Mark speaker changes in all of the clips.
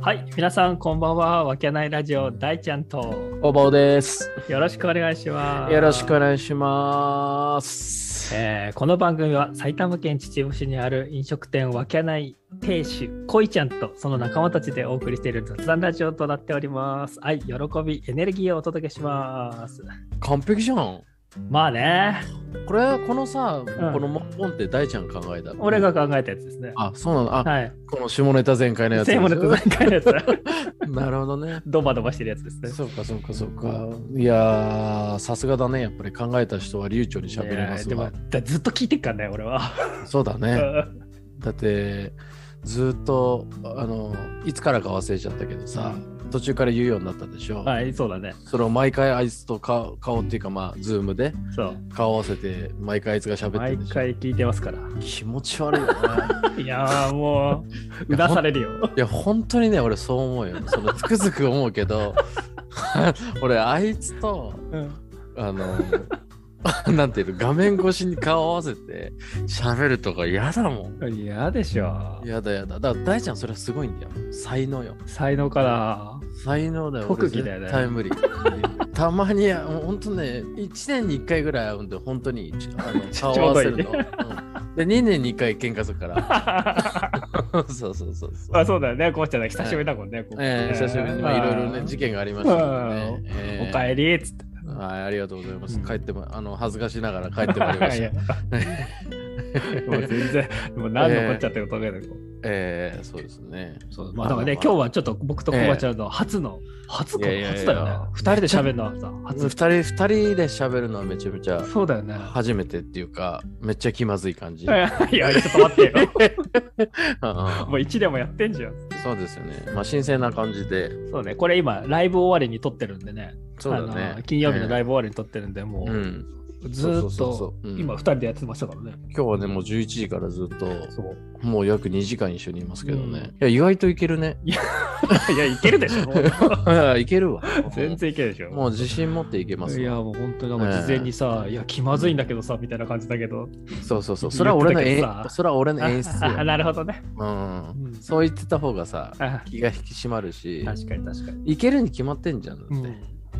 Speaker 1: はい、皆さんこんばんは。わけないラジオ大ちゃんと
Speaker 2: おぼうです。
Speaker 1: よろしくお願いします。
Speaker 2: よろしくお願いします。
Speaker 1: えーこの番組は埼玉県秩父市にある飲食店わけない亭主こいちゃんとその仲間たちでお送りしている雑談ラジオとなっております。愛、喜び、エネルギーをお届けします。
Speaker 2: 完璧じゃん。
Speaker 1: まあね、
Speaker 2: これ、このさ、
Speaker 1: ん
Speaker 2: この文言って大ちゃん考えたの
Speaker 1: 俺が考えたやつですね。
Speaker 2: あ、そうなのあ、
Speaker 1: はい。
Speaker 2: この下ネタ全開のやつ。
Speaker 1: セイモネと前回のやつ、
Speaker 2: なるほど ね。
Speaker 1: ドバドバしてるやつですね。
Speaker 2: そうかそうかそうか。いやー、さすがだね。やっぱり考えた人は流暢に喋れます
Speaker 1: いや
Speaker 2: わ
Speaker 1: ー。でもだずっと聞いてっからね、俺は。
Speaker 2: そうだね。
Speaker 1: う
Speaker 2: だって、ずっと、あの、いつからか忘れちゃったけどさ、途中から言うようになったでしょ。
Speaker 1: ん はい、そうだね。
Speaker 2: それを毎回あいつと顔顔っていうか、まあ、ズームで
Speaker 1: そう。
Speaker 2: 顔合わせて毎回あいつが喋ってる
Speaker 1: 毎
Speaker 2: んでしょ
Speaker 1: 回聞いてますから。
Speaker 2: 気持ち悪いよな
Speaker 1: いやーもう、うなされるよ。
Speaker 2: いや本当にね俺そう思うよそのつくづく思うけど 俺あいつとあの なんていうの画面越しに顔合わせて喋るとか嫌だもん
Speaker 1: 嫌でしょ。
Speaker 2: やだやだだから大ちゃんそれはすごいんだよ才能よ
Speaker 1: 才能かな。
Speaker 2: 才能だよ
Speaker 1: 特技だよね
Speaker 2: 俺絶対無 理たまにもう本当ね1年に1回ぐらい会うんで本当にあの顔合わせ る
Speaker 1: ちょ
Speaker 2: の、うんで2年に1回喧嘩するから そうそうそうそう
Speaker 1: あそうだよね、こうちゃんね久しぶりだもんね。こう
Speaker 2: ええ久しぶりにまあいろいろね、事件がありましたけどね。ええ
Speaker 1: おかえりっつって。
Speaker 2: はい、ありがとうございます。
Speaker 1: うん
Speaker 2: 帰っても、あの、恥ずかしながら帰ってまいりまし
Speaker 1: い
Speaker 2: た
Speaker 1: や。 もう全然、もう何のこっちゃってことね。
Speaker 2: ええそうですね。
Speaker 1: そうまあだからね、今日はちょっと僕とこばちゃんの初の、初か
Speaker 2: いやいやいや
Speaker 1: 初だよね。二人で喋る のはさ、
Speaker 2: 二
Speaker 1: 初。
Speaker 2: 人、二人で喋るのはめちゃめちゃ
Speaker 1: そうだよね。
Speaker 2: 初めてっていうか、めっちゃ気まずい感じ。
Speaker 1: いや いや、ちょっと待ってよ。
Speaker 2: あ
Speaker 1: もう1年もやってんじゃん。
Speaker 2: あそうですよね。まあ、新鮮な感じで。
Speaker 1: そうね、これ今、ライブ終わりに撮ってるんでね、
Speaker 2: そうだ
Speaker 1: あ
Speaker 2: ね
Speaker 1: の。金曜日のラ
Speaker 2: イ
Speaker 1: イブ終わりに撮ってるんで、も
Speaker 2: う
Speaker 1: う、
Speaker 2: ん。
Speaker 1: ずー
Speaker 2: そう
Speaker 1: っ
Speaker 2: そうそ
Speaker 1: と
Speaker 2: う、うん
Speaker 1: 今、2人でやってましたからね。
Speaker 2: 今日はね、もう11時からずっと、
Speaker 1: そう。
Speaker 2: もう約2時間一緒にいますけどね。
Speaker 1: うん
Speaker 2: いや、意外といけるね。
Speaker 1: いや、いけるでし ょ、もう
Speaker 2: いけるわ。
Speaker 1: 全然いけるでしょ。
Speaker 2: もう自信持っていけます
Speaker 1: い
Speaker 2: わ
Speaker 1: や、もう本当に、なんか事前にさ、いや、気まずいんだけどさ、みたいな感じだけど。
Speaker 2: そうそうそう。
Speaker 1: 言
Speaker 2: それは俺の
Speaker 1: 言って
Speaker 2: 演
Speaker 1: たけどさ
Speaker 2: それは俺の 演出
Speaker 1: あ
Speaker 2: よ、
Speaker 1: なるほどね。
Speaker 2: うん。
Speaker 1: うん
Speaker 2: そう言ってた方がさ、
Speaker 1: あ
Speaker 2: 気が引き締まるし、
Speaker 1: 確かに確かに。
Speaker 2: いけるに決まってんじゃんだ
Speaker 1: う
Speaker 2: っ
Speaker 1: ん
Speaker 2: て。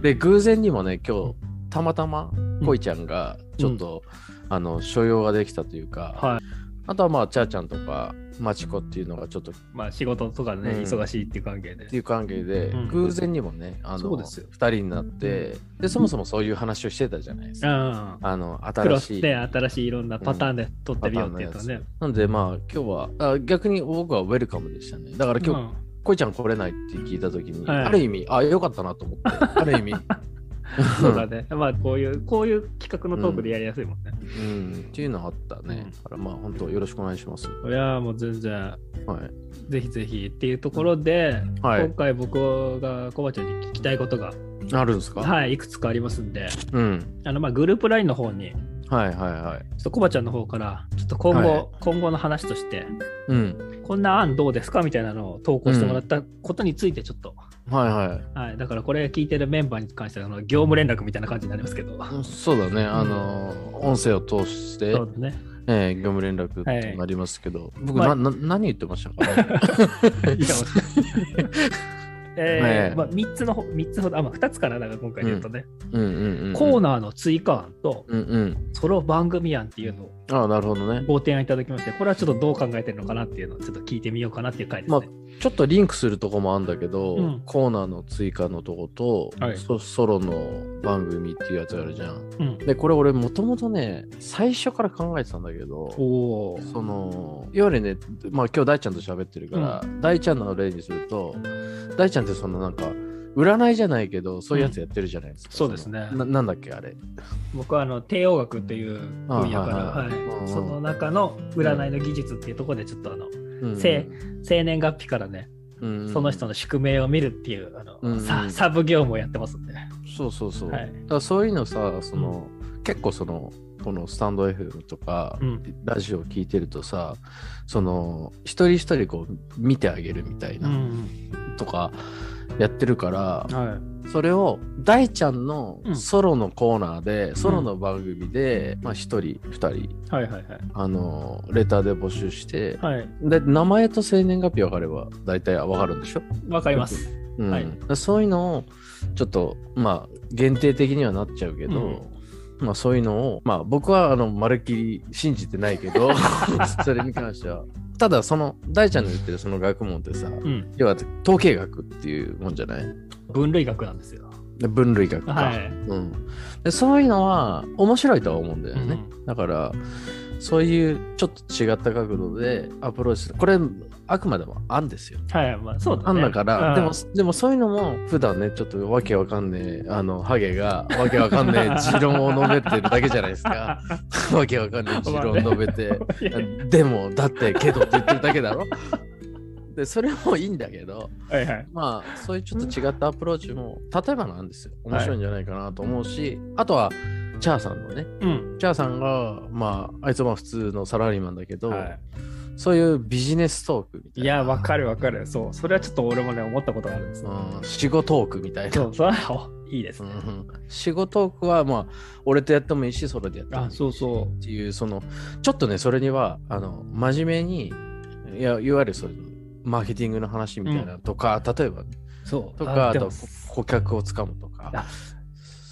Speaker 2: で、偶然にもね、今日、たまたま、こいちゃんが、ちょっと、あの、所用ができたというか、
Speaker 1: はい。
Speaker 2: あとはまあ、ちゃーちゃんとか、まちこっていうのがちょっと、っ
Speaker 1: まあ、仕事とかね、
Speaker 2: うん
Speaker 1: 忙しいっていう関係で。
Speaker 2: ていう関係で、
Speaker 1: うん
Speaker 2: 偶然にもね、あ
Speaker 1: そう
Speaker 2: の、
Speaker 1: で
Speaker 2: 二
Speaker 1: すよ
Speaker 2: 人になって、で、そもそもそういう話をしてたじゃないで
Speaker 1: う
Speaker 2: すか。
Speaker 1: ん。
Speaker 2: あの、
Speaker 1: クロ
Speaker 2: 新し
Speaker 1: ス
Speaker 2: い。
Speaker 1: で新しいいろんなパターンで撮ってみようっていうとね。
Speaker 2: なんでまあ今日はあ逆に僕はウェルカムでしたね。だから今日、
Speaker 1: うん
Speaker 2: こいちゃん来れないって聞いた時に、
Speaker 1: はい
Speaker 2: ある意味あよかったなと思って ある意味
Speaker 1: そうだね。まあ、こういう、こういう企画のトークでやりやすいもんね。
Speaker 2: うんっていうのはあったね。だからまあ本当よろしくお願いします。はい
Speaker 1: やーもう全然、
Speaker 2: い
Speaker 1: ぜひぜひっていうところで、
Speaker 2: はい
Speaker 1: 今回僕がコバちゃんに聞きたいことが、
Speaker 2: あるんですか。
Speaker 1: はい、いくつかありますんで、
Speaker 2: うん
Speaker 1: あのまあグループ LINE の方に、ちょ
Speaker 2: はいはいはい。
Speaker 1: っとコバちゃんの方から、ちょっと今後、
Speaker 2: はい
Speaker 1: 今後の話として、
Speaker 2: うん
Speaker 1: こんな案どうですかみたいなのを投稿してもらったことについてちょっと、
Speaker 2: はいはい
Speaker 1: はい、だからこれ聞いてるメンバーに関してはあの業務連絡みたいな感じになりますけど。
Speaker 2: うん。そうだね、あの音声を通して
Speaker 1: そ、うです ね。
Speaker 2: えー業務連絡となりますけど、僕、
Speaker 1: まあ
Speaker 2: なな何言ってましたか
Speaker 1: いやえ
Speaker 2: ね
Speaker 1: ーまあ、3つのほ三つほど、あまあ、2つかな、だから今回で言うとね、
Speaker 2: うんうんうんうん。
Speaker 1: コーナーの追加案と、
Speaker 2: うんうん。
Speaker 1: ソロ番組案っていうのを
Speaker 2: ああ、なるほどね。
Speaker 1: ご提案いただきまして、これはちょっとどう考えてるのかなっていうのをちょっと聞いてみようかなっていう回ですね。
Speaker 2: ちょっとリンクするとこもあるんだけど、
Speaker 1: うん
Speaker 2: コーナーの追加のとこと、
Speaker 1: はい
Speaker 2: ソソロの番組っていうやつあるじゃん。
Speaker 1: うん、
Speaker 2: でこれ俺もともとね最初から考えてたんだけ
Speaker 1: お
Speaker 2: ど
Speaker 1: おー。
Speaker 2: そのいわゆるね、まあ、今日大ちゃんと喋ってるから、大ちゃんの例にすると大ちゃんってそのなんか占いじゃないけどそういうやつやってるじゃないですか。
Speaker 1: うんそうですね
Speaker 2: のななんだっけあれ。
Speaker 1: 僕はあの帝王学という分野から、
Speaker 2: あは
Speaker 1: はい
Speaker 2: はいうん
Speaker 1: い、その中の占いの技術っていうところで、ちょっとあの
Speaker 2: うん
Speaker 1: せ生年月日からね、
Speaker 2: うん
Speaker 1: その人の宿命を見るっていうあの、
Speaker 2: うん
Speaker 1: さサブ業務をやってますんで。
Speaker 2: そうそうそう。
Speaker 1: はい
Speaker 2: だからそういうのさその、結構そのこのスタンド FM とか、
Speaker 1: うん
Speaker 2: ラジオを聞いてるとさその一人一人こう見てあげるみたいな、
Speaker 1: ん
Speaker 2: とかやってるから、
Speaker 1: はい、
Speaker 2: それを大ちゃんのソロのコーナーで、ソロの番組で、まあ、1人2人、
Speaker 1: はいはいはい。
Speaker 2: あのレターで募集して、
Speaker 1: はい。
Speaker 2: で名前と生年月日分かれば大体分かるんでしょ、
Speaker 1: わかります。
Speaker 2: うん
Speaker 1: はい
Speaker 2: そういうのをちょっとまあ限定的にはなっちゃうけど、まあ、そういうのを、まあ、僕はあのまるっきり信じてないけ どそれに関してはただその大ちゃんの言ってるその学問ってさ
Speaker 1: うん。
Speaker 2: 要は統計学っていうもんじゃない
Speaker 1: 分類学なんですよ。
Speaker 2: で分類学か、
Speaker 1: はい。
Speaker 2: うん、でそういうのは面白いとは思うんだよね、だからそういうちょっと違った角度でアプローチするこれあくまでも案ですよ
Speaker 1: はい。まあ、そうだね。
Speaker 2: あんだから、
Speaker 1: うん
Speaker 2: でも、でもそういうのも普段ねちょっとわけわかんねえあのハゲがわけわかん ねえ持論を述べてるだけじゃないですかわけわかんねえ持論を述べて
Speaker 1: いやい
Speaker 2: でもだってけどって言ってるだけだろでそれもいいんだけど
Speaker 1: やはいはい。
Speaker 2: まあそういうちょっと違ったアプローチも例えばなんですよ面白いんじゃないかなと思うし、あとはチャーさんのね
Speaker 1: うん。
Speaker 2: チャーさんがまああいつは普通のサラリーマンだけど、
Speaker 1: はい
Speaker 2: そういうビジネストークみたい
Speaker 1: い
Speaker 2: な
Speaker 1: や、わかるわかる。そう。それはちょっと俺もね、思ったことがあるんです。
Speaker 2: うん、仕事トークみたいな
Speaker 1: そう、それは、おいいです
Speaker 2: う
Speaker 1: ね。
Speaker 2: ん仕事トークはまあ俺とやってもいいしソロでやってもいい
Speaker 1: あ、そうそ
Speaker 2: っていうそのちょっとねそれにはあの真面目にいやいわゆるそれマーケティングの話みたいなとか、例えばね
Speaker 1: う。そう。
Speaker 2: とかあ
Speaker 1: で
Speaker 2: と
Speaker 1: も
Speaker 2: こ顧客をつかむとか
Speaker 1: あ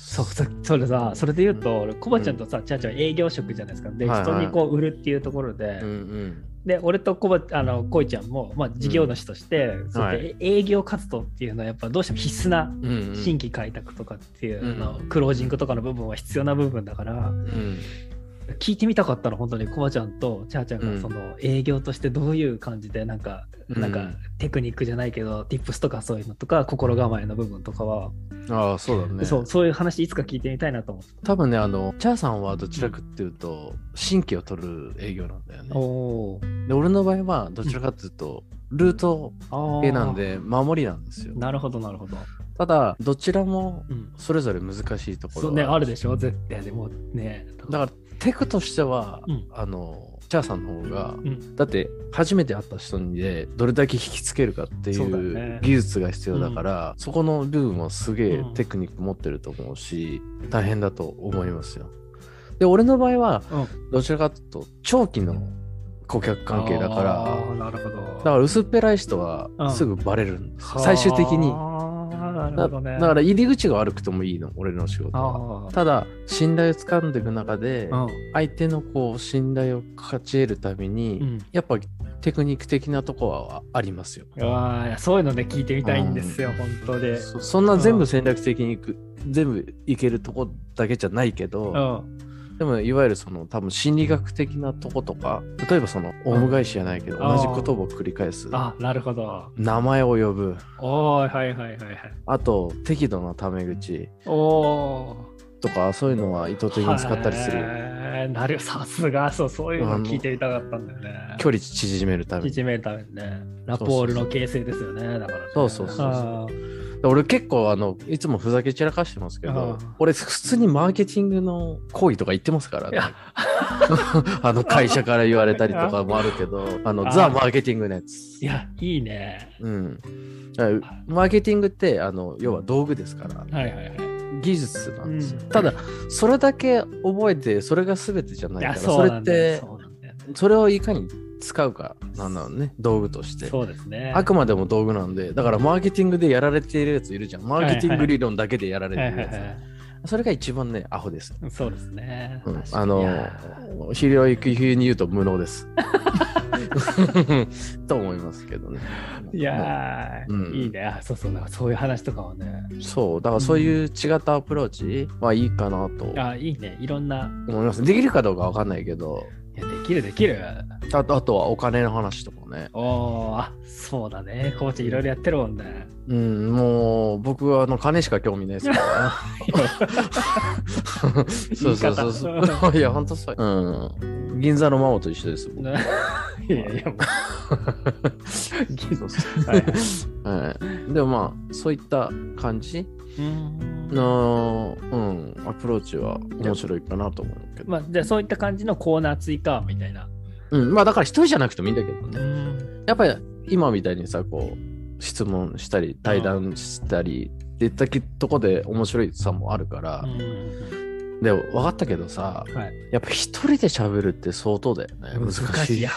Speaker 1: そうそそれさそれで言うと俺コバちゃんとさちゃんちゃん営業職じゃないですかで
Speaker 2: はいはい
Speaker 1: 人にこう売るっていうところで、
Speaker 2: うんうん
Speaker 1: で俺とコバあのコイちゃんも、まあ、事業主として、そうやって営業活動っていうのはやっぱどうしても必須な
Speaker 2: うんうん
Speaker 1: 新規開拓とかっていう、
Speaker 2: うん
Speaker 1: あのクロージングとかの部分は必要な部分だから
Speaker 2: うん
Speaker 1: 聞いてみたかったの本当にコバちゃんとチャーちゃん
Speaker 2: うん
Speaker 1: がその営業としてどういう感じでなんか、
Speaker 2: うん
Speaker 1: なんかテクニックじゃないけど tips とかそういうのとか心構えの部分とかは、
Speaker 2: ああそうだね
Speaker 1: そうそういう話いつか聞いてみたいなと思って。
Speaker 2: 多分ねあのチャーさんはどちらかっていうと新規を取る営業なんだよね
Speaker 1: お
Speaker 2: で俺の場合はどちらかっていうと、ルート
Speaker 1: お
Speaker 2: 系なんで守りなんですよ
Speaker 1: なるほどなるほど。
Speaker 2: ただどちらも
Speaker 1: うん。
Speaker 2: それぞれ難しいとこ
Speaker 1: そ
Speaker 2: ろ
Speaker 1: うね
Speaker 2: は
Speaker 1: あるでしょ絶対でもね。
Speaker 2: だからテクとしては、
Speaker 1: うん
Speaker 2: あのチャーさんの方が、
Speaker 1: ん
Speaker 2: だって初めて会った人にでどれだけ引きつけるかってい
Speaker 1: そうだね
Speaker 2: う技術が必要だからそこの部分はすげえテクニック持ってると思うし、大変だと思いますよ。で俺の場合は
Speaker 1: うん
Speaker 2: どちらかというと長期の顧客関係だから
Speaker 1: あーなるほど。
Speaker 2: だから薄っぺらい人は
Speaker 1: うん
Speaker 2: すぐバレるんです、最終的に
Speaker 1: あーなる
Speaker 2: だ
Speaker 1: ほどね。
Speaker 2: だから入り口が悪くてもいいの俺の仕事は。
Speaker 1: あ
Speaker 2: ただ信頼を掴んでいく中で、
Speaker 1: あ。
Speaker 2: 相手のこう信頼を勝ち得るため
Speaker 1: う
Speaker 2: に、
Speaker 1: ん。うん。
Speaker 2: やっぱテクニック的なとこはありますよ。
Speaker 1: ああ、そういうのね、聞いてみたいんですよ、本当で。
Speaker 2: そそんな全部戦略的にいく、全部いけるとこだけじゃないけ
Speaker 1: う
Speaker 2: ど、
Speaker 1: ん。
Speaker 2: でもいわゆるその多分心理学的なとことか例えばそのオウム返しじゃないけど、
Speaker 1: あ
Speaker 2: 同じ
Speaker 1: ー
Speaker 2: 言葉を繰り返す
Speaker 1: あなるほど。
Speaker 2: 名前を呼ぶ
Speaker 1: おーい、はいはいはいはい。
Speaker 2: あと適度なタメ口
Speaker 1: おお。
Speaker 2: とかそういうのは意図的に使ったりする
Speaker 1: へーなるさすが、そう、そういうの聞いてみたかったんだよね。
Speaker 2: 距離縮めるために
Speaker 1: 縮めるためにね、ラポールの形成ですよね、だからね、
Speaker 2: そうそうそうそう
Speaker 1: あー
Speaker 2: 俺結構あのいつもふざけ散らかしてますけ
Speaker 1: あ
Speaker 2: ど
Speaker 1: あ
Speaker 2: 俺普通にマーケティングの行為とか言ってますから
Speaker 1: い
Speaker 2: ね
Speaker 1: や
Speaker 2: あの会社から言われたりとかもあるけどあの
Speaker 1: ああ
Speaker 2: ザ・マーケティングのやつ
Speaker 1: いや、いいね。
Speaker 2: うんだからマーケティングってあの要は道具ですから
Speaker 1: はいはいはい。
Speaker 2: 技術なんですよ、
Speaker 1: うん
Speaker 2: ただそれだけ覚えてそれが全てじゃない
Speaker 1: い
Speaker 2: から
Speaker 1: や、
Speaker 2: そ
Speaker 1: そう
Speaker 2: れ
Speaker 1: な
Speaker 2: っ
Speaker 1: んだよ。
Speaker 2: て
Speaker 1: そうなんだよね
Speaker 2: それをいかに使うかなんだろうね道具として
Speaker 1: そうですね。
Speaker 2: あくまでも道具なんでだからマーケティングでやられているやついるじゃんマーケティング理論だけでやられて
Speaker 1: はいい
Speaker 2: る
Speaker 1: は
Speaker 2: や
Speaker 1: い
Speaker 2: つ、
Speaker 1: はい
Speaker 2: それが一番ね、アホです。
Speaker 1: そうですね。
Speaker 2: うん
Speaker 1: 確かに
Speaker 2: あ
Speaker 1: い
Speaker 2: の
Speaker 1: や、
Speaker 2: 広い風に言うと無 能です。と思いますけどね。
Speaker 1: いやー、
Speaker 2: うん
Speaker 1: いいね。あそうそう、なんかそういう話とかもね。
Speaker 2: そう、だからそういう違ったアプローチはいいかなと
Speaker 1: あいいね。いろんな。
Speaker 2: 思います。できるかどうかわかんないけど、
Speaker 1: いやできるできる。
Speaker 2: あとあとはお金の話とかね。
Speaker 1: おお、あそうだね。コーチいろいろやってるもんね。
Speaker 2: うん、もう僕はあの金しか興味ないですから。 そうそうそう
Speaker 1: 言い
Speaker 2: そう。 いや、ほんとそう。うん。銀座のママと一緒です。僕
Speaker 1: いやいや、も
Speaker 2: そうそう
Speaker 1: う。はいはい、
Speaker 2: はい、でもまあそういった感じ
Speaker 1: うん
Speaker 2: の、うん、アプローチは面白いかなと思うけど、
Speaker 1: まあ、じゃあそういった感じのコーナー追加みたいな。
Speaker 2: うん、まあだから一人じゃなくてもいいんだけどね
Speaker 1: ん。
Speaker 2: やっぱり今みたいにさこう質問したり対談したり、言ったきとこで面白いさもあるから、
Speaker 1: うん
Speaker 2: でも分かったけどさ、
Speaker 1: はい
Speaker 2: やっぱ一人で喋るって相当だよね難しい
Speaker 1: いや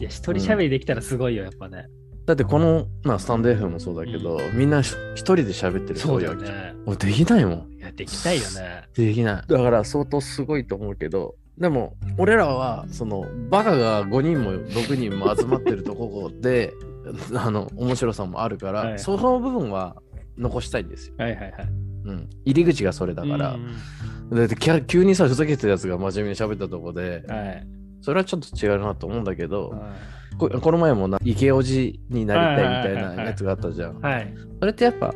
Speaker 1: いや一人喋りできたらすごいよやっぱね、
Speaker 2: だってこの、まあ、スタンド F もそうだけど、みんな一人で喋ってる人
Speaker 1: そう
Speaker 2: 多い
Speaker 1: だ
Speaker 2: わ
Speaker 1: よ
Speaker 2: けじゃん
Speaker 1: ね
Speaker 2: 俺できないもん
Speaker 1: いやできたいよね
Speaker 2: できないだから相当すごいと思うけどでも俺らはそのバカが5人も6人も集まってるとこであの面白さもあるから、
Speaker 1: はい
Speaker 2: その部分は残したいんですよ、
Speaker 1: はいはいはい
Speaker 2: うん、入り口がそれだから、
Speaker 1: うん
Speaker 2: だってキャラ急にさふざけてたやつが真面目に喋ったとこで
Speaker 1: はい
Speaker 2: それはちょっと違うなと思うんだけど、
Speaker 1: は
Speaker 2: ここの前もなイケおじになりたいみ
Speaker 1: はいはい
Speaker 2: た
Speaker 1: はいい
Speaker 2: な
Speaker 1: はい
Speaker 2: やつがあったじゃん
Speaker 1: いはい
Speaker 2: それってやっぱ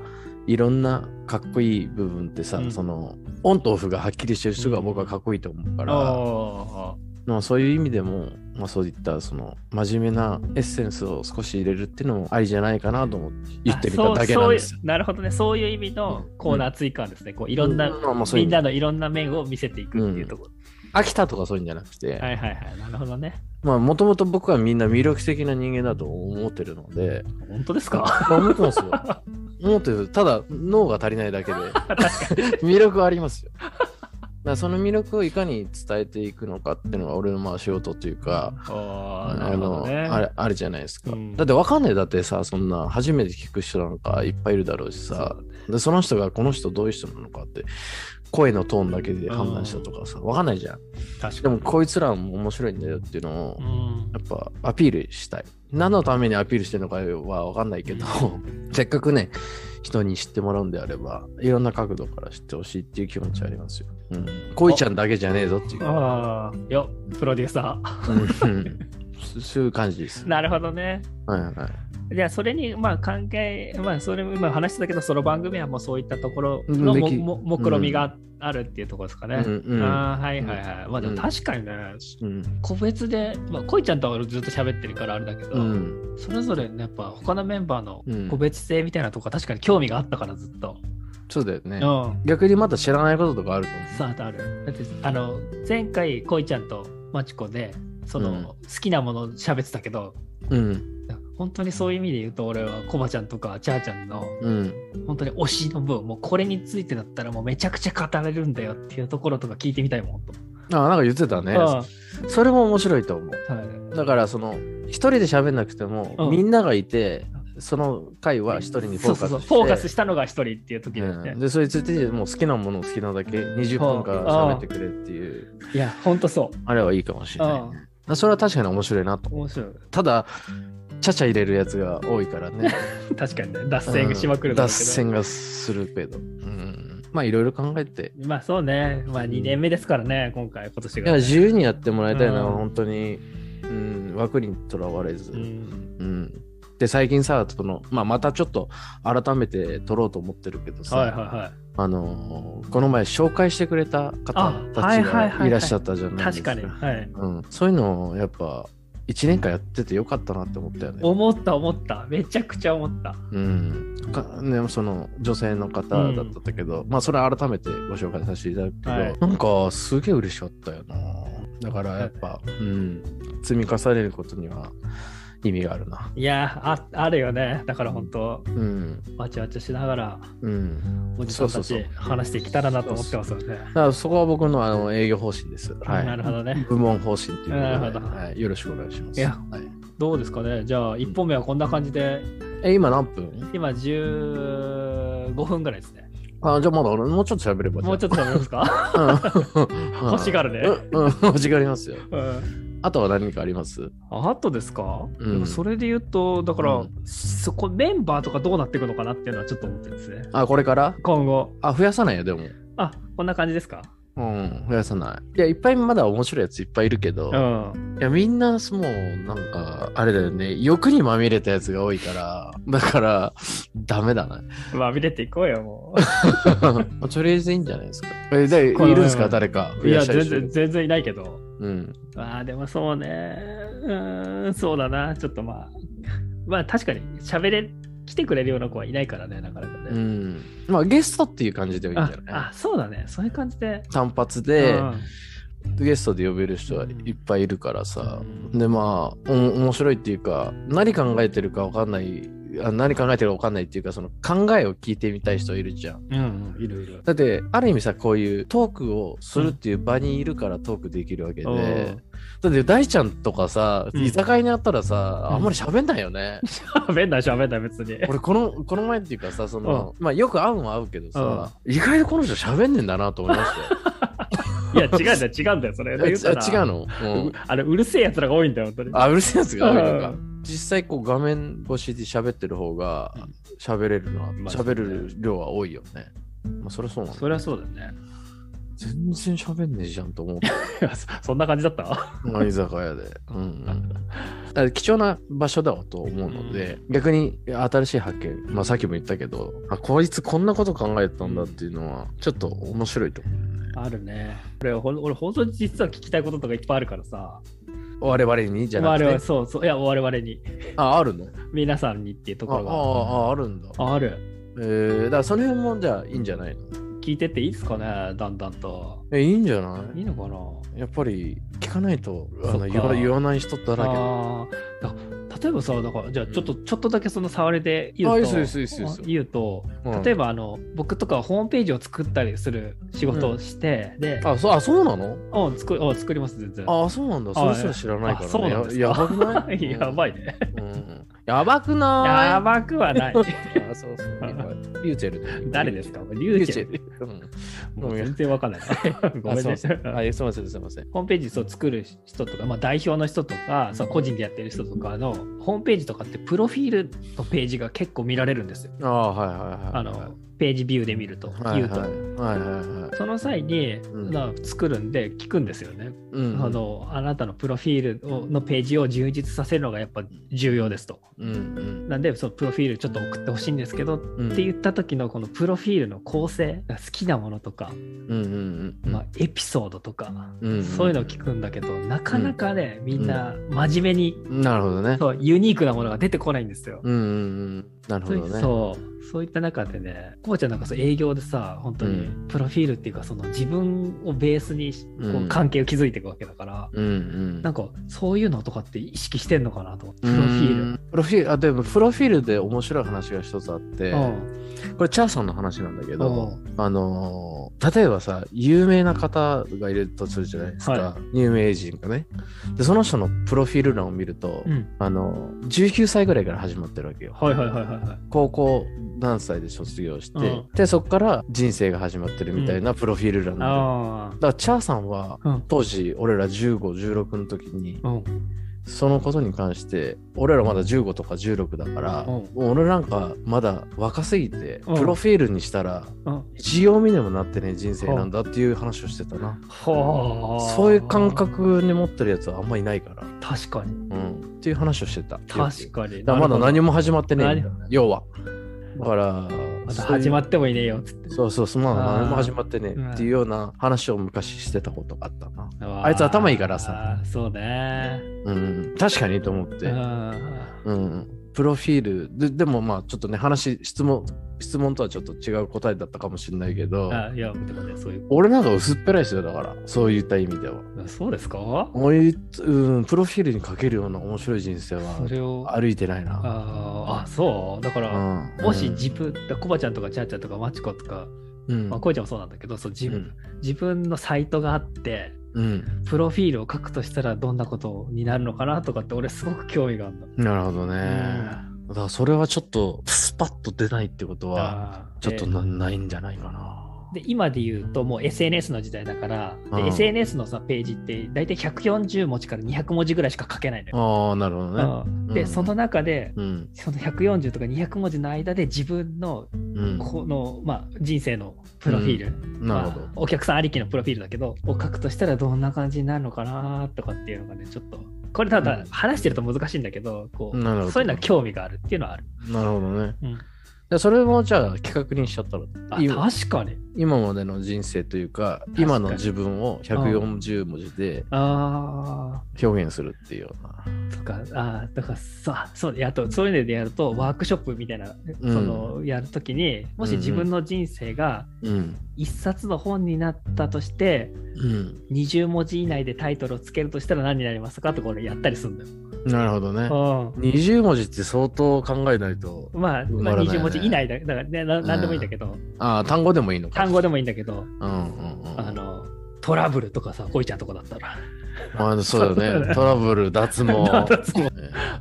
Speaker 2: いろんなかっこいい部分ってさ、
Speaker 1: うん
Speaker 2: そのオンとオフがはっきりしてる人が僕はかっこいいと思うから、
Speaker 1: お
Speaker 2: まあ、そういう意味でも、まあ、そういったその真面目なエッセンスを少し入れるっていうのもありじゃないかなと思って
Speaker 1: ー
Speaker 2: 言ってみただけなんです
Speaker 1: あそうそ
Speaker 2: よ。
Speaker 1: ういうなるほどねそういう意味のコーナー追加ですね、こういろんな、
Speaker 2: うまあまあそうい
Speaker 1: み
Speaker 2: うん
Speaker 1: なのいろんな面を見せていくっていうところ、
Speaker 2: 飽きたとかそういうんじゃなくて、
Speaker 1: はいはいはいなるほどね
Speaker 2: まあもともと僕はみんな魅力的な人間だと思ってるので、
Speaker 1: 本当ですか
Speaker 2: まあ思ってますよ。思ってる。ただ脳が足りないだけで。
Speaker 1: 確かに
Speaker 2: 魅力はありますよ。だからその魅力をいかに伝えていくのかっていうのが俺のまあ仕事というか、
Speaker 1: おーな
Speaker 2: あ
Speaker 1: るほど
Speaker 2: の
Speaker 1: ね
Speaker 2: あれあれじゃないですか。
Speaker 1: うん
Speaker 2: だってわかんないだってさそんな初めて聞く人なんかいっぱいいるだろうしさでその人がこの人どういう人なのかって声のトーンだけで判断したとかさわかんないじゃん。
Speaker 1: 確
Speaker 2: で
Speaker 1: か
Speaker 2: も
Speaker 1: に
Speaker 2: こいつらも面白いんだよっていうのを
Speaker 1: うん
Speaker 2: やっぱアピールしたい。何のためにアピールしてるのかは分かんないけど、せっかくね、人に知ってもらうんであれば、いろんな角度から知ってほしいっていう気持ちはありますよ。うん。恋ちゃんだけじゃねえぞっていう。
Speaker 1: ああよプロデューサー
Speaker 2: うんそそういう感じです。
Speaker 1: なるほどね
Speaker 2: はいはい。
Speaker 1: じゃあそれにまあ関係まあそれも今話してたけどその番組はもうそういったところの
Speaker 2: うん
Speaker 1: も
Speaker 2: でき
Speaker 1: も目論みがあるっていうところですかね、
Speaker 2: うんうん
Speaker 1: ああはいはいはい、まあで
Speaker 2: う
Speaker 1: も
Speaker 2: ん
Speaker 1: 確かにね
Speaker 2: うん。
Speaker 1: 個別でまあ恋ちゃんとは俺ずっと喋ってるからあれだけど、
Speaker 2: うん。
Speaker 1: それぞれねやっぱ他のメンバーの
Speaker 2: うん
Speaker 1: 個別性みたいなとこは確かに興味があったからずっと、
Speaker 2: そうだよね
Speaker 1: う。ん
Speaker 2: 逆にまだ知らないこととかあると
Speaker 1: さ
Speaker 2: 思
Speaker 1: ああるだってあの前回恋ちゃんとマチコでその、
Speaker 2: うん
Speaker 1: 好きなもの喋ってたけど
Speaker 2: う。うん。
Speaker 1: 本当にそういう意味で言うと俺はコバちゃんとかチャーちゃんの
Speaker 2: うん。
Speaker 1: 本当に推しの部分もうこれについてだったらもうめちゃくちゃ語れるんだよっていうところとか聞いてみたいもんと、
Speaker 2: あ、なんか言ってたね。それも面白いと思う。
Speaker 1: うんはい
Speaker 2: だからその一人で喋んなくても、
Speaker 1: うん
Speaker 2: みんながいてその回は一人にフォーカスし
Speaker 1: そうそ
Speaker 2: て
Speaker 1: うそうフォーカスしたのが一人っていう時ですね、
Speaker 2: うん、でそれについてもう好きなものを好きなだけ20分から喋ってくれっていう
Speaker 1: いや本当そ
Speaker 2: あれはいいかもし
Speaker 1: う、う
Speaker 2: れないね、
Speaker 1: ん、
Speaker 2: それは確かに面白いなと
Speaker 1: 面白い
Speaker 2: ただちゃちゃ入れるやつが多いからね
Speaker 1: 確かに ね脱線しまくる
Speaker 2: うん
Speaker 1: だろ
Speaker 2: 脱
Speaker 1: うけど
Speaker 2: 線がするけど、うん、まあいろいろ考えて
Speaker 1: まあそうねまあ2年目ですからね今回今年
Speaker 2: い
Speaker 1: が
Speaker 2: や自由にやってもらいたいのは
Speaker 1: うん
Speaker 2: 本当に、うん、枠にとらわれず、
Speaker 1: うん
Speaker 2: うん、で最近さその、まあ、またちょっと改めて撮ろうと思ってるけどさ、
Speaker 1: はいはいはい
Speaker 2: あのーこの前紹介してくれた方た
Speaker 1: あはいは
Speaker 2: ち
Speaker 1: いはいは
Speaker 2: が
Speaker 1: い
Speaker 2: いらっしゃったじゃないです
Speaker 1: 確
Speaker 2: か。
Speaker 1: かに、はい、
Speaker 2: うん、そういうのをやっぱ1年間やっててよかったなって思ったよね。
Speaker 1: 思った思っためちゃくちゃ思った
Speaker 2: うん、かねその女性の方だったんだけど、まあそれは改めてご紹介させていただくけど、
Speaker 1: はい
Speaker 2: なんかすげえ嬉しかったよな。だからやっぱ、うん、積み重ねることには意味があるな。
Speaker 1: いやああるよねだから本当
Speaker 2: うん、
Speaker 1: わちゃわちゃしながら
Speaker 2: うん
Speaker 1: おじさんた
Speaker 2: そうそう
Speaker 1: ち
Speaker 2: そう
Speaker 1: 話していけたらなと思ってますよね。
Speaker 2: だからそこは僕のあの営業方針です。はい。
Speaker 1: なるほどね。
Speaker 2: 部門方針っていうことで
Speaker 1: なるほど
Speaker 2: はい。よろしくお願いします。
Speaker 1: いや
Speaker 2: はい
Speaker 1: どうですかねじゃあ1本目はこんな感じで
Speaker 2: え、今何分
Speaker 1: 今15分ぐらいですね。
Speaker 2: あ、じゃあまだ俺もうちょっと喋れば
Speaker 1: もうちょ
Speaker 2: っ
Speaker 1: っと食べます か
Speaker 2: と。
Speaker 1: 欲しがるね。
Speaker 2: うん、うん欲しがりますよ。
Speaker 1: うん
Speaker 2: あとは何かあります
Speaker 1: あとですか、
Speaker 2: うん
Speaker 1: でもそれで言うとだから、
Speaker 2: う
Speaker 1: そこメンバーとかどうなっていくのかなっていうのはちょっと思ってるんですね。
Speaker 2: あ、これから
Speaker 1: 今後
Speaker 2: あ、増やさないよ、でも。
Speaker 1: あこんな感じですか
Speaker 2: うん、増やさない。いや、いっぱいまだ面白いやついっぱいいるけど、
Speaker 1: う
Speaker 2: い
Speaker 1: ん。
Speaker 2: や、みんな、もう、なんか、あれだよね、欲にまみれたやつが多いから、だから、ダメだね。
Speaker 1: まあ見れていこうよも
Speaker 2: まあとりあえずいいんじゃないですか。え、でい
Speaker 1: この
Speaker 2: るんですか誰か。
Speaker 1: う。いや
Speaker 2: らっしゃる
Speaker 1: 全
Speaker 2: 人
Speaker 1: 然全然いないけど。
Speaker 2: うん。
Speaker 1: まあでもそうねうーんそうだなちょっとまあまあ確かに喋れ来てくれるような子はいないからねなかなか
Speaker 2: う
Speaker 1: ね、
Speaker 2: ん。まあ、ゲストっていう感じではいいん
Speaker 1: あ
Speaker 2: じゃない
Speaker 1: あそうだねそういう感じで、
Speaker 2: 単発で
Speaker 1: うん
Speaker 2: ゲストで呼べる人はいっぱいいるからさ
Speaker 1: う。ん
Speaker 2: で、まあ、お面白いっていうか、何考えてるか分かんないあ何考えてるか分かんないっていうかその考えを聞いてみたい人いるじゃん。
Speaker 1: うん、いるいる。
Speaker 2: だってある意味さこういうトークをするっていう場にいるからトークできるわけ
Speaker 1: う
Speaker 2: で、
Speaker 1: ん
Speaker 2: だって大ちゃんとかさ
Speaker 1: うん
Speaker 2: 居酒屋にあったらさ、
Speaker 1: うん
Speaker 2: あんまり喋んない よね。
Speaker 1: 喋んない喋んない別に。
Speaker 2: 俺このこの前っていうかさその、まあ、よく会うんは会うけどさ、意外とこの人喋んねんだなと思いましたよ。
Speaker 1: いや違うんだよ違うんだよ それ。
Speaker 2: あ
Speaker 1: 言たら
Speaker 2: 違うの、うん
Speaker 1: うあれうるせえやつらが多いんだよ本当に。
Speaker 2: あうるせえやつが多いの
Speaker 1: う
Speaker 2: か実際こう画面越しで喋ってる方が
Speaker 1: うん
Speaker 2: 喋れるのは
Speaker 1: まあ
Speaker 2: 喋れる量は多いよね。まあそりゃそうなんだ。
Speaker 1: そりゃそうだよね。
Speaker 2: 全然喋んねえじゃんと思う。
Speaker 1: いやそ そんな感じだった。
Speaker 2: まあ居酒屋で。うんうん、だから貴重な場所だわと思うので、逆に新しい発見、まあ、さっきも言ったけどあこいつこんなこと考えてたんだっていうのはちょっと面白いと思う。
Speaker 1: あるね。俺ほん俺本当に実は聞きたいこととかいっぱいあるからさ。
Speaker 2: 我々にじゃな
Speaker 1: 我
Speaker 2: くて
Speaker 1: 々、そうそういや我々に
Speaker 2: ああるの
Speaker 1: 皆さんにっていうとこ
Speaker 2: ああ
Speaker 1: ろが
Speaker 2: あああるんだ。
Speaker 1: ある。
Speaker 2: えー、だからその辺もじゃあいいんじゃないの
Speaker 1: 聞いてっていいですかねだんだんと。
Speaker 2: えいいんじゃない
Speaker 1: いいのかな。
Speaker 2: やっぱり聞かないとあ
Speaker 1: そっ
Speaker 2: の
Speaker 1: か
Speaker 2: 言わ言わない人だらけだ
Speaker 1: あーだ例えばさだからじゃあちょっと、ちょっとだけその触りで言う
Speaker 2: あいい
Speaker 1: と
Speaker 2: っすよいいっすよいいっすよいいっすよ
Speaker 1: 言うと、
Speaker 2: うん
Speaker 1: 例えばあの僕とかはホームページを作ったりする仕事をして、で
Speaker 2: あそうあそうなの
Speaker 1: うん作うん作ります全然。
Speaker 2: あそうなんだそれすら知らないから、ね、
Speaker 1: あそうなんですか
Speaker 2: ややばくな い
Speaker 1: やば
Speaker 2: い、
Speaker 1: いね。
Speaker 2: うん、やばくない
Speaker 1: やばくは ない。
Speaker 2: あそうそう リューチェル
Speaker 1: 誰ですか
Speaker 2: リ
Speaker 1: リュ
Speaker 2: ュ
Speaker 1: ウ
Speaker 2: ー
Speaker 1: チ
Speaker 2: チ
Speaker 1: ェル。
Speaker 2: ェル、うん
Speaker 1: もう全然わかん ない。ごめんね
Speaker 2: あそう。あすいませんすいません
Speaker 1: ホームページそう作る人とか、まあ、代表の人とかそう個人でやってる人とかのホームページとかってプロフィールのページが結構見られるんですよ。
Speaker 2: ああはいはいはい
Speaker 1: あのページビューで見ると、
Speaker 2: はい
Speaker 1: 言う
Speaker 2: はい
Speaker 1: と。
Speaker 2: はいはいはい
Speaker 1: その際に、
Speaker 2: うん
Speaker 1: まあ作るんで聞くんですよね、
Speaker 2: うん
Speaker 1: あの。あなたのプロフィールをのページを充実させるのがやっぱ重要ですと。
Speaker 2: うん
Speaker 1: なんでそのプロフィールちょっと送ってほしいんですけどっ
Speaker 2: うん
Speaker 1: て言った時のこのプロフィールの構成好きなものとか、
Speaker 2: うんうんうんうん
Speaker 1: まあ、エピソードとか、
Speaker 2: うん
Speaker 1: そういうのを聞くんだけどなかなかね、みんな真面目に、
Speaker 2: なるほどね
Speaker 1: そうユニークなものが出てこないんですよ。
Speaker 2: うんうんうんなるほ
Speaker 1: そう
Speaker 2: どね
Speaker 1: そうそういった中でねこうちゃんなんかそう営業でさ本当に
Speaker 2: う
Speaker 1: プロフィールっていうかその自分をベースにしこ
Speaker 2: う
Speaker 1: うん関係を築いていくわけだから、
Speaker 2: うんうん
Speaker 1: なんかそういうのとかって意識してんのかなと思ってプロフィール。
Speaker 2: ル。プロフィール、あ、でもプロフィールで面白い話が一つあって、
Speaker 1: うん
Speaker 2: これチャーさんの話なんだけ
Speaker 1: う
Speaker 2: ど、
Speaker 1: ん
Speaker 2: あのー例えばさ、有名な方がいるとするじゃないですか、
Speaker 1: は
Speaker 2: 有名人がね。で、その人のプロフィール欄を見ると、
Speaker 1: うん
Speaker 2: あのー19歳ぐらいから始まってるわけよ。
Speaker 1: はいはいはいはいはい。
Speaker 2: 高校何歳で卒業して、
Speaker 1: うん
Speaker 2: で、そこから人生が始まってるみたいなプロフィール欄なんだよ
Speaker 1: あ
Speaker 2: だからチャーさんは、
Speaker 1: あ。うん。
Speaker 2: 当時俺ら15、16の時に、
Speaker 1: うん。
Speaker 2: そのことに関して俺らまだ15とか16だから、
Speaker 1: うん
Speaker 2: 俺なんかまだ若すぎて、
Speaker 1: うん
Speaker 2: プロフィールにしたら
Speaker 1: うん。
Speaker 2: 一行目にもなってねえ人生なんだっていう話をしてたな、
Speaker 1: はあ。
Speaker 2: そういう感。覚に持ってるやつはあんまいないから、
Speaker 1: 確かに。
Speaker 2: うん、っていう話をしてた
Speaker 1: 確かに。
Speaker 2: だからまだ何
Speaker 1: も。
Speaker 2: も始まってねえ
Speaker 1: な
Speaker 2: んだ
Speaker 1: るほど
Speaker 2: 要はだから
Speaker 1: まだ始ま
Speaker 2: っ
Speaker 1: ってもいねえよっつって。
Speaker 2: そうそうそんなの
Speaker 1: あー
Speaker 2: 何も始まってねえっていうような話を昔してたことがあったな、あいつ頭いいからさ
Speaker 1: あー。そうね。
Speaker 2: うん、確かにと思って、
Speaker 1: うん
Speaker 2: うん、プロフィールででもまあちょっとね話質問質問とはちょっと違う答えだったかもしれないけど
Speaker 1: あいや、でもね、そういう。
Speaker 2: 俺なんか薄っぺらいですよだからそういった意味では
Speaker 1: そうですか
Speaker 2: こういう、うん、プロフィールにかけるような面白い人生
Speaker 1: そ
Speaker 2: は
Speaker 1: れを。
Speaker 2: 歩いてないな、
Speaker 1: あーあ、そう。だから、
Speaker 2: うん、
Speaker 1: もし自分、だコバちゃんとかチャーちゃんとかマチコとか、
Speaker 2: うん
Speaker 1: まあ、コイちゃんもそうなんだけど、そう自
Speaker 2: う
Speaker 1: 分
Speaker 2: ん
Speaker 1: 自分のサイトがあって、
Speaker 2: うん
Speaker 1: プロフィールを書くとしたらどんなことになるのかなとかって、俺すごく興味があるんだ。
Speaker 2: なるほどね、
Speaker 1: うん
Speaker 2: だからそれはちょっとスパッと出ないってことは
Speaker 1: あー
Speaker 2: ちょっと
Speaker 1: で
Speaker 2: な,、ないんじゃないかな
Speaker 1: で今で言うともう SNS の時代だから、で
Speaker 2: うん
Speaker 1: SNS のさページって大体140文字から200文字ぐらいしか書けないのよ。
Speaker 2: ああなるほどね
Speaker 1: うん
Speaker 2: うん
Speaker 1: でその中で
Speaker 2: うん
Speaker 1: その140とか200文字の間で自分の
Speaker 2: うん
Speaker 1: この、まあ、人生のプロフィール、
Speaker 2: なるほ
Speaker 1: まあ
Speaker 2: ど
Speaker 1: お客さんありきのプロフィールだけどを書くとしたらどんな感じになるのかなとかっていうのがねちょっとこれた
Speaker 2: うん
Speaker 1: だ話してると難しいんだけどこう
Speaker 2: なるほど
Speaker 1: そういうのは興味があるっていうのはある。
Speaker 2: なるほどね
Speaker 1: うん
Speaker 2: でそれもじゃあ企画にしちゃったら
Speaker 1: あ
Speaker 2: いい
Speaker 1: 確かに
Speaker 2: 今までの人生というか
Speaker 1: かに
Speaker 2: 今の自分を140文字で
Speaker 1: あ
Speaker 2: 表現するっていうような、
Speaker 1: あ、とか、ああ、だからさ、そうで、あと、そういうのでやると、ワークショップみたいな、
Speaker 2: うん
Speaker 1: その、やるときに、も
Speaker 2: うんう
Speaker 1: し
Speaker 2: ん
Speaker 1: 自分の人生が
Speaker 2: うん
Speaker 1: 一冊の本になったとして、
Speaker 2: うん、
Speaker 1: 20文字以内でタイトルをつけるとしたら何になりますかとか俺やったりするんだよ。
Speaker 2: なるほど
Speaker 1: う
Speaker 2: ね
Speaker 1: ん
Speaker 2: 20文字って相当考えないと
Speaker 1: まあ、
Speaker 2: 埋
Speaker 1: ま
Speaker 2: ま
Speaker 1: あ、
Speaker 2: らないね
Speaker 1: 20文字以内だだからねな、なんでもいいんだけど、
Speaker 2: ああ単語でもいいのか
Speaker 1: 単語でもいいんだけど、
Speaker 2: うんうんうん
Speaker 1: あの、トラブルとかさ、こいちゃんとこだったら、
Speaker 2: まあそうだよねトラブル脱毛
Speaker 1: 脱毛
Speaker 2: ね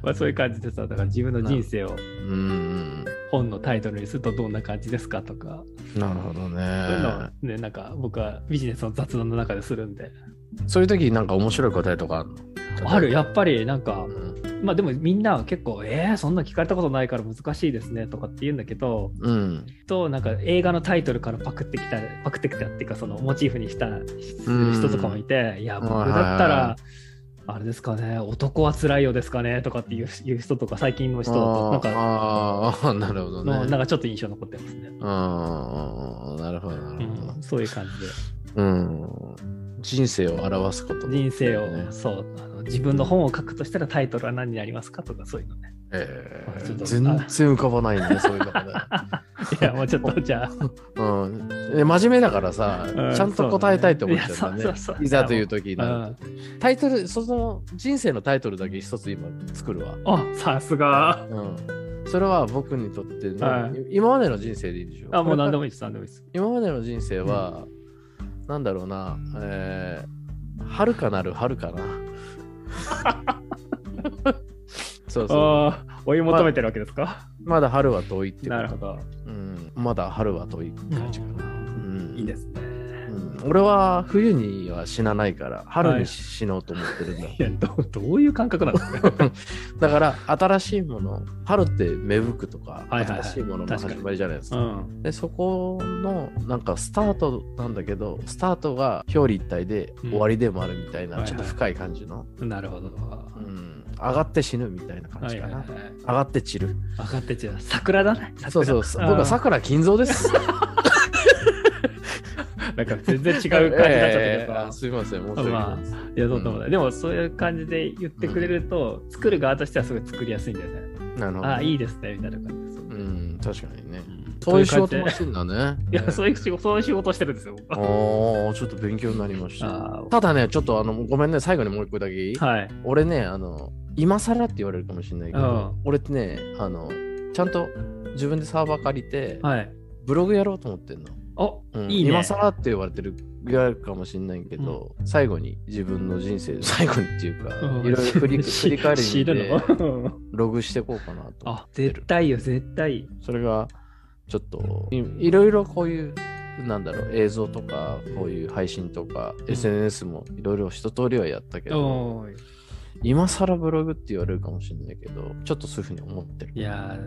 Speaker 1: まあ、そういう感じでさ、だから自分の人生を
Speaker 2: うんうん
Speaker 1: 本のタイトルにするとどんな感じですかとか、
Speaker 2: なるほど
Speaker 1: そういうのを
Speaker 2: ね
Speaker 1: ね、なんか僕はビジネスの雑談の中でするんで。
Speaker 2: そういう時なんか面白い答えとかあるの
Speaker 1: ある、やっぱりなんか
Speaker 2: う、ん
Speaker 1: まあでもみんなは結構、えー、そんな聞かれたことないから難しいですねとかって言うんだけど、
Speaker 2: うん
Speaker 1: となんか映画のタイトルからパクってきたパクってきたっていうかそのモチーフにしたする人とかもいて、いや僕
Speaker 2: はいはいはい
Speaker 1: だったらあれですかね男は辛いよですかねとかっていういう人とか最近の人だとなんか
Speaker 2: あーあーなるほどね
Speaker 1: のなんかちょっと印象残ってますね、
Speaker 2: うんなるほど
Speaker 1: う
Speaker 2: なるほど
Speaker 1: ん、そういう感じで
Speaker 2: うん人生を表すこと
Speaker 1: 人生を、
Speaker 2: ね
Speaker 1: そうあの自分の本を書くとしたらタイトルは何になりますかとかそういうのね
Speaker 2: えー
Speaker 1: ちょっと
Speaker 2: 全然浮かばない ねそういうのがね
Speaker 1: いやもうちょっとじゃあ
Speaker 2: うん、え真面目だからさ、
Speaker 1: うん
Speaker 2: ちゃんと答えたいと思っちゃ
Speaker 1: そううんねい
Speaker 2: だ
Speaker 1: や
Speaker 2: ね
Speaker 1: そうそう。そう
Speaker 2: いざという時に
Speaker 1: う
Speaker 2: なる
Speaker 1: ん
Speaker 2: とタイトル、その人生のタイトルだけ一つ今作るわ。
Speaker 1: あさすが
Speaker 2: うん、それは僕にとっての、
Speaker 1: はい
Speaker 2: 今までの人生でいいんでしょ
Speaker 1: あもう何でもいいです何でもいいです
Speaker 2: 今までの人生は、なんだろうな、えー、遥かなる 遥かな。 そうそう。
Speaker 1: ああ追い求めてるわけですか、
Speaker 2: まだ春は遠いってこと
Speaker 1: なるほど
Speaker 2: うん。まだ春は遠い感じかな。うん
Speaker 1: いいですね。
Speaker 2: うん俺は冬には死なないから春に死のうと思ってるんだ、
Speaker 1: いやどうどういう感覚なんですかね。
Speaker 2: だから新しいもの春って芽吹くとか、
Speaker 1: はいはいはい
Speaker 2: 新しいものの始まりじゃないです
Speaker 1: う
Speaker 2: か
Speaker 1: ん、
Speaker 2: でそこのなんかスタートなんだけどスタートが表裏一体で
Speaker 1: うん
Speaker 2: 終わりでもあるみたい
Speaker 1: は
Speaker 2: な、
Speaker 1: いはい
Speaker 2: ちょっと深い感じの、
Speaker 1: なるほど。
Speaker 2: うん、上がって死ぬみたいな感
Speaker 1: は
Speaker 2: じ
Speaker 1: い
Speaker 2: か
Speaker 1: は
Speaker 2: な、
Speaker 1: いはい。
Speaker 2: 上がって散る
Speaker 1: 分かってちゃう。桜だね。桜
Speaker 2: そうそうそう
Speaker 1: あー
Speaker 2: 僕はさくら金蔵です違う
Speaker 1: なんか全然違う感じ になっちゃったけどさ。
Speaker 2: すいません申し訳ないです、
Speaker 1: いや、どうともない。でも、そういう感じで言ってくれると、作る側としてはすごい作りやすいんだよね。
Speaker 2: なるほど
Speaker 1: ああ、いいですね、みたいな感じです。
Speaker 2: うん確かにね、
Speaker 1: うん
Speaker 2: そういう仕事も
Speaker 1: とい
Speaker 2: し
Speaker 1: う
Speaker 2: てんだね。
Speaker 1: 感じでいや、そういう仕事、そういう仕事をしてるんですよ。僕は
Speaker 2: ああ、ちょっと勉強になりました。
Speaker 1: あ
Speaker 2: ただね、ちょっとあの、ごめんね、最後にもう一個だけいい、
Speaker 1: ーはい。
Speaker 2: 俺ね、あの、今更って言われるかもしれないけど、俺ってね、あの、ちゃんと自分でサーバー借りて、
Speaker 1: はい。
Speaker 2: ブログやろうと思ってんの。
Speaker 1: お
Speaker 2: うん
Speaker 1: いいね
Speaker 2: 今更って言われてる、言われるかもしれないけど、最後に自分の 人生、最後にっていうか、い ろいろ振り振り返り
Speaker 1: 知
Speaker 2: に
Speaker 1: るの
Speaker 2: ログしていこうかなと思
Speaker 1: あ
Speaker 2: っ、て
Speaker 1: 絶
Speaker 2: る。
Speaker 1: 対よ、絶対いい。
Speaker 2: それがちょっといいろいろこういうなんだろう映像とかこういう配信とか、
Speaker 1: ん
Speaker 2: SNS もいろいろ一通りはやったけど、
Speaker 1: おーい。
Speaker 2: 今更ブログって言われるかもしれないけどちょっとそういうふうに思ってる
Speaker 1: いや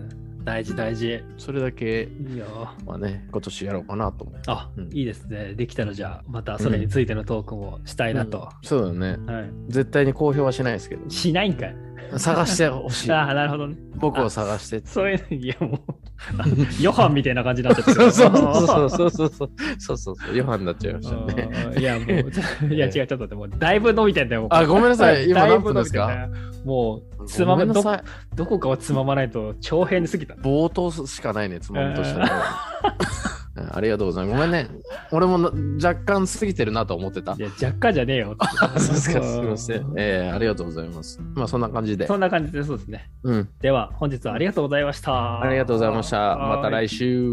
Speaker 1: ー、大事、大事。
Speaker 2: それだけ
Speaker 1: いいよ。
Speaker 2: まあね今年やろうかなと思う
Speaker 1: あ、
Speaker 2: うん
Speaker 1: いいですね。できたらじゃあ、またそれについてのトークもしたいなと。
Speaker 2: そうだよね
Speaker 1: は
Speaker 2: 絶対に公表はしないですけど
Speaker 1: い。しないんかい。
Speaker 2: 探してほし い
Speaker 1: ああ、なるほどね。
Speaker 2: 僕を探して
Speaker 1: そういう、 いやもう、ヨハンみたいな感じになっちゃって
Speaker 2: そう
Speaker 1: る
Speaker 2: そうそうそうそうそうそうそうそうヨハンになっちゃいましたね
Speaker 1: うんいや、もう、ちょいや、違う、ちょっと待って、もう、だいぶ伸びてんだよ、もう
Speaker 2: あごめんなさい今
Speaker 1: だい
Speaker 2: 何
Speaker 1: ぶ
Speaker 2: 分
Speaker 1: 伸
Speaker 2: で
Speaker 1: び
Speaker 2: す
Speaker 1: てんだ
Speaker 2: か
Speaker 1: よもう、つ
Speaker 2: ご
Speaker 1: まめ
Speaker 2: めんな
Speaker 1: ど
Speaker 2: さい、
Speaker 1: どこかをつままないと、長編に過ぎた。
Speaker 2: 冒頭しかないね、つまむとしたら。 うんありがとうございます。ごめんね。俺もな若干過ぎてるなと思ってた
Speaker 1: い。や、若干じゃねえ よ。
Speaker 2: そうですか、すみません。えーありがとうございます。まあそんな感じで
Speaker 1: そ。んな感じで、そうですね。
Speaker 2: うん。
Speaker 1: では、本日はありがとうございました。
Speaker 2: ありがとうございました。
Speaker 1: はー
Speaker 2: また来週。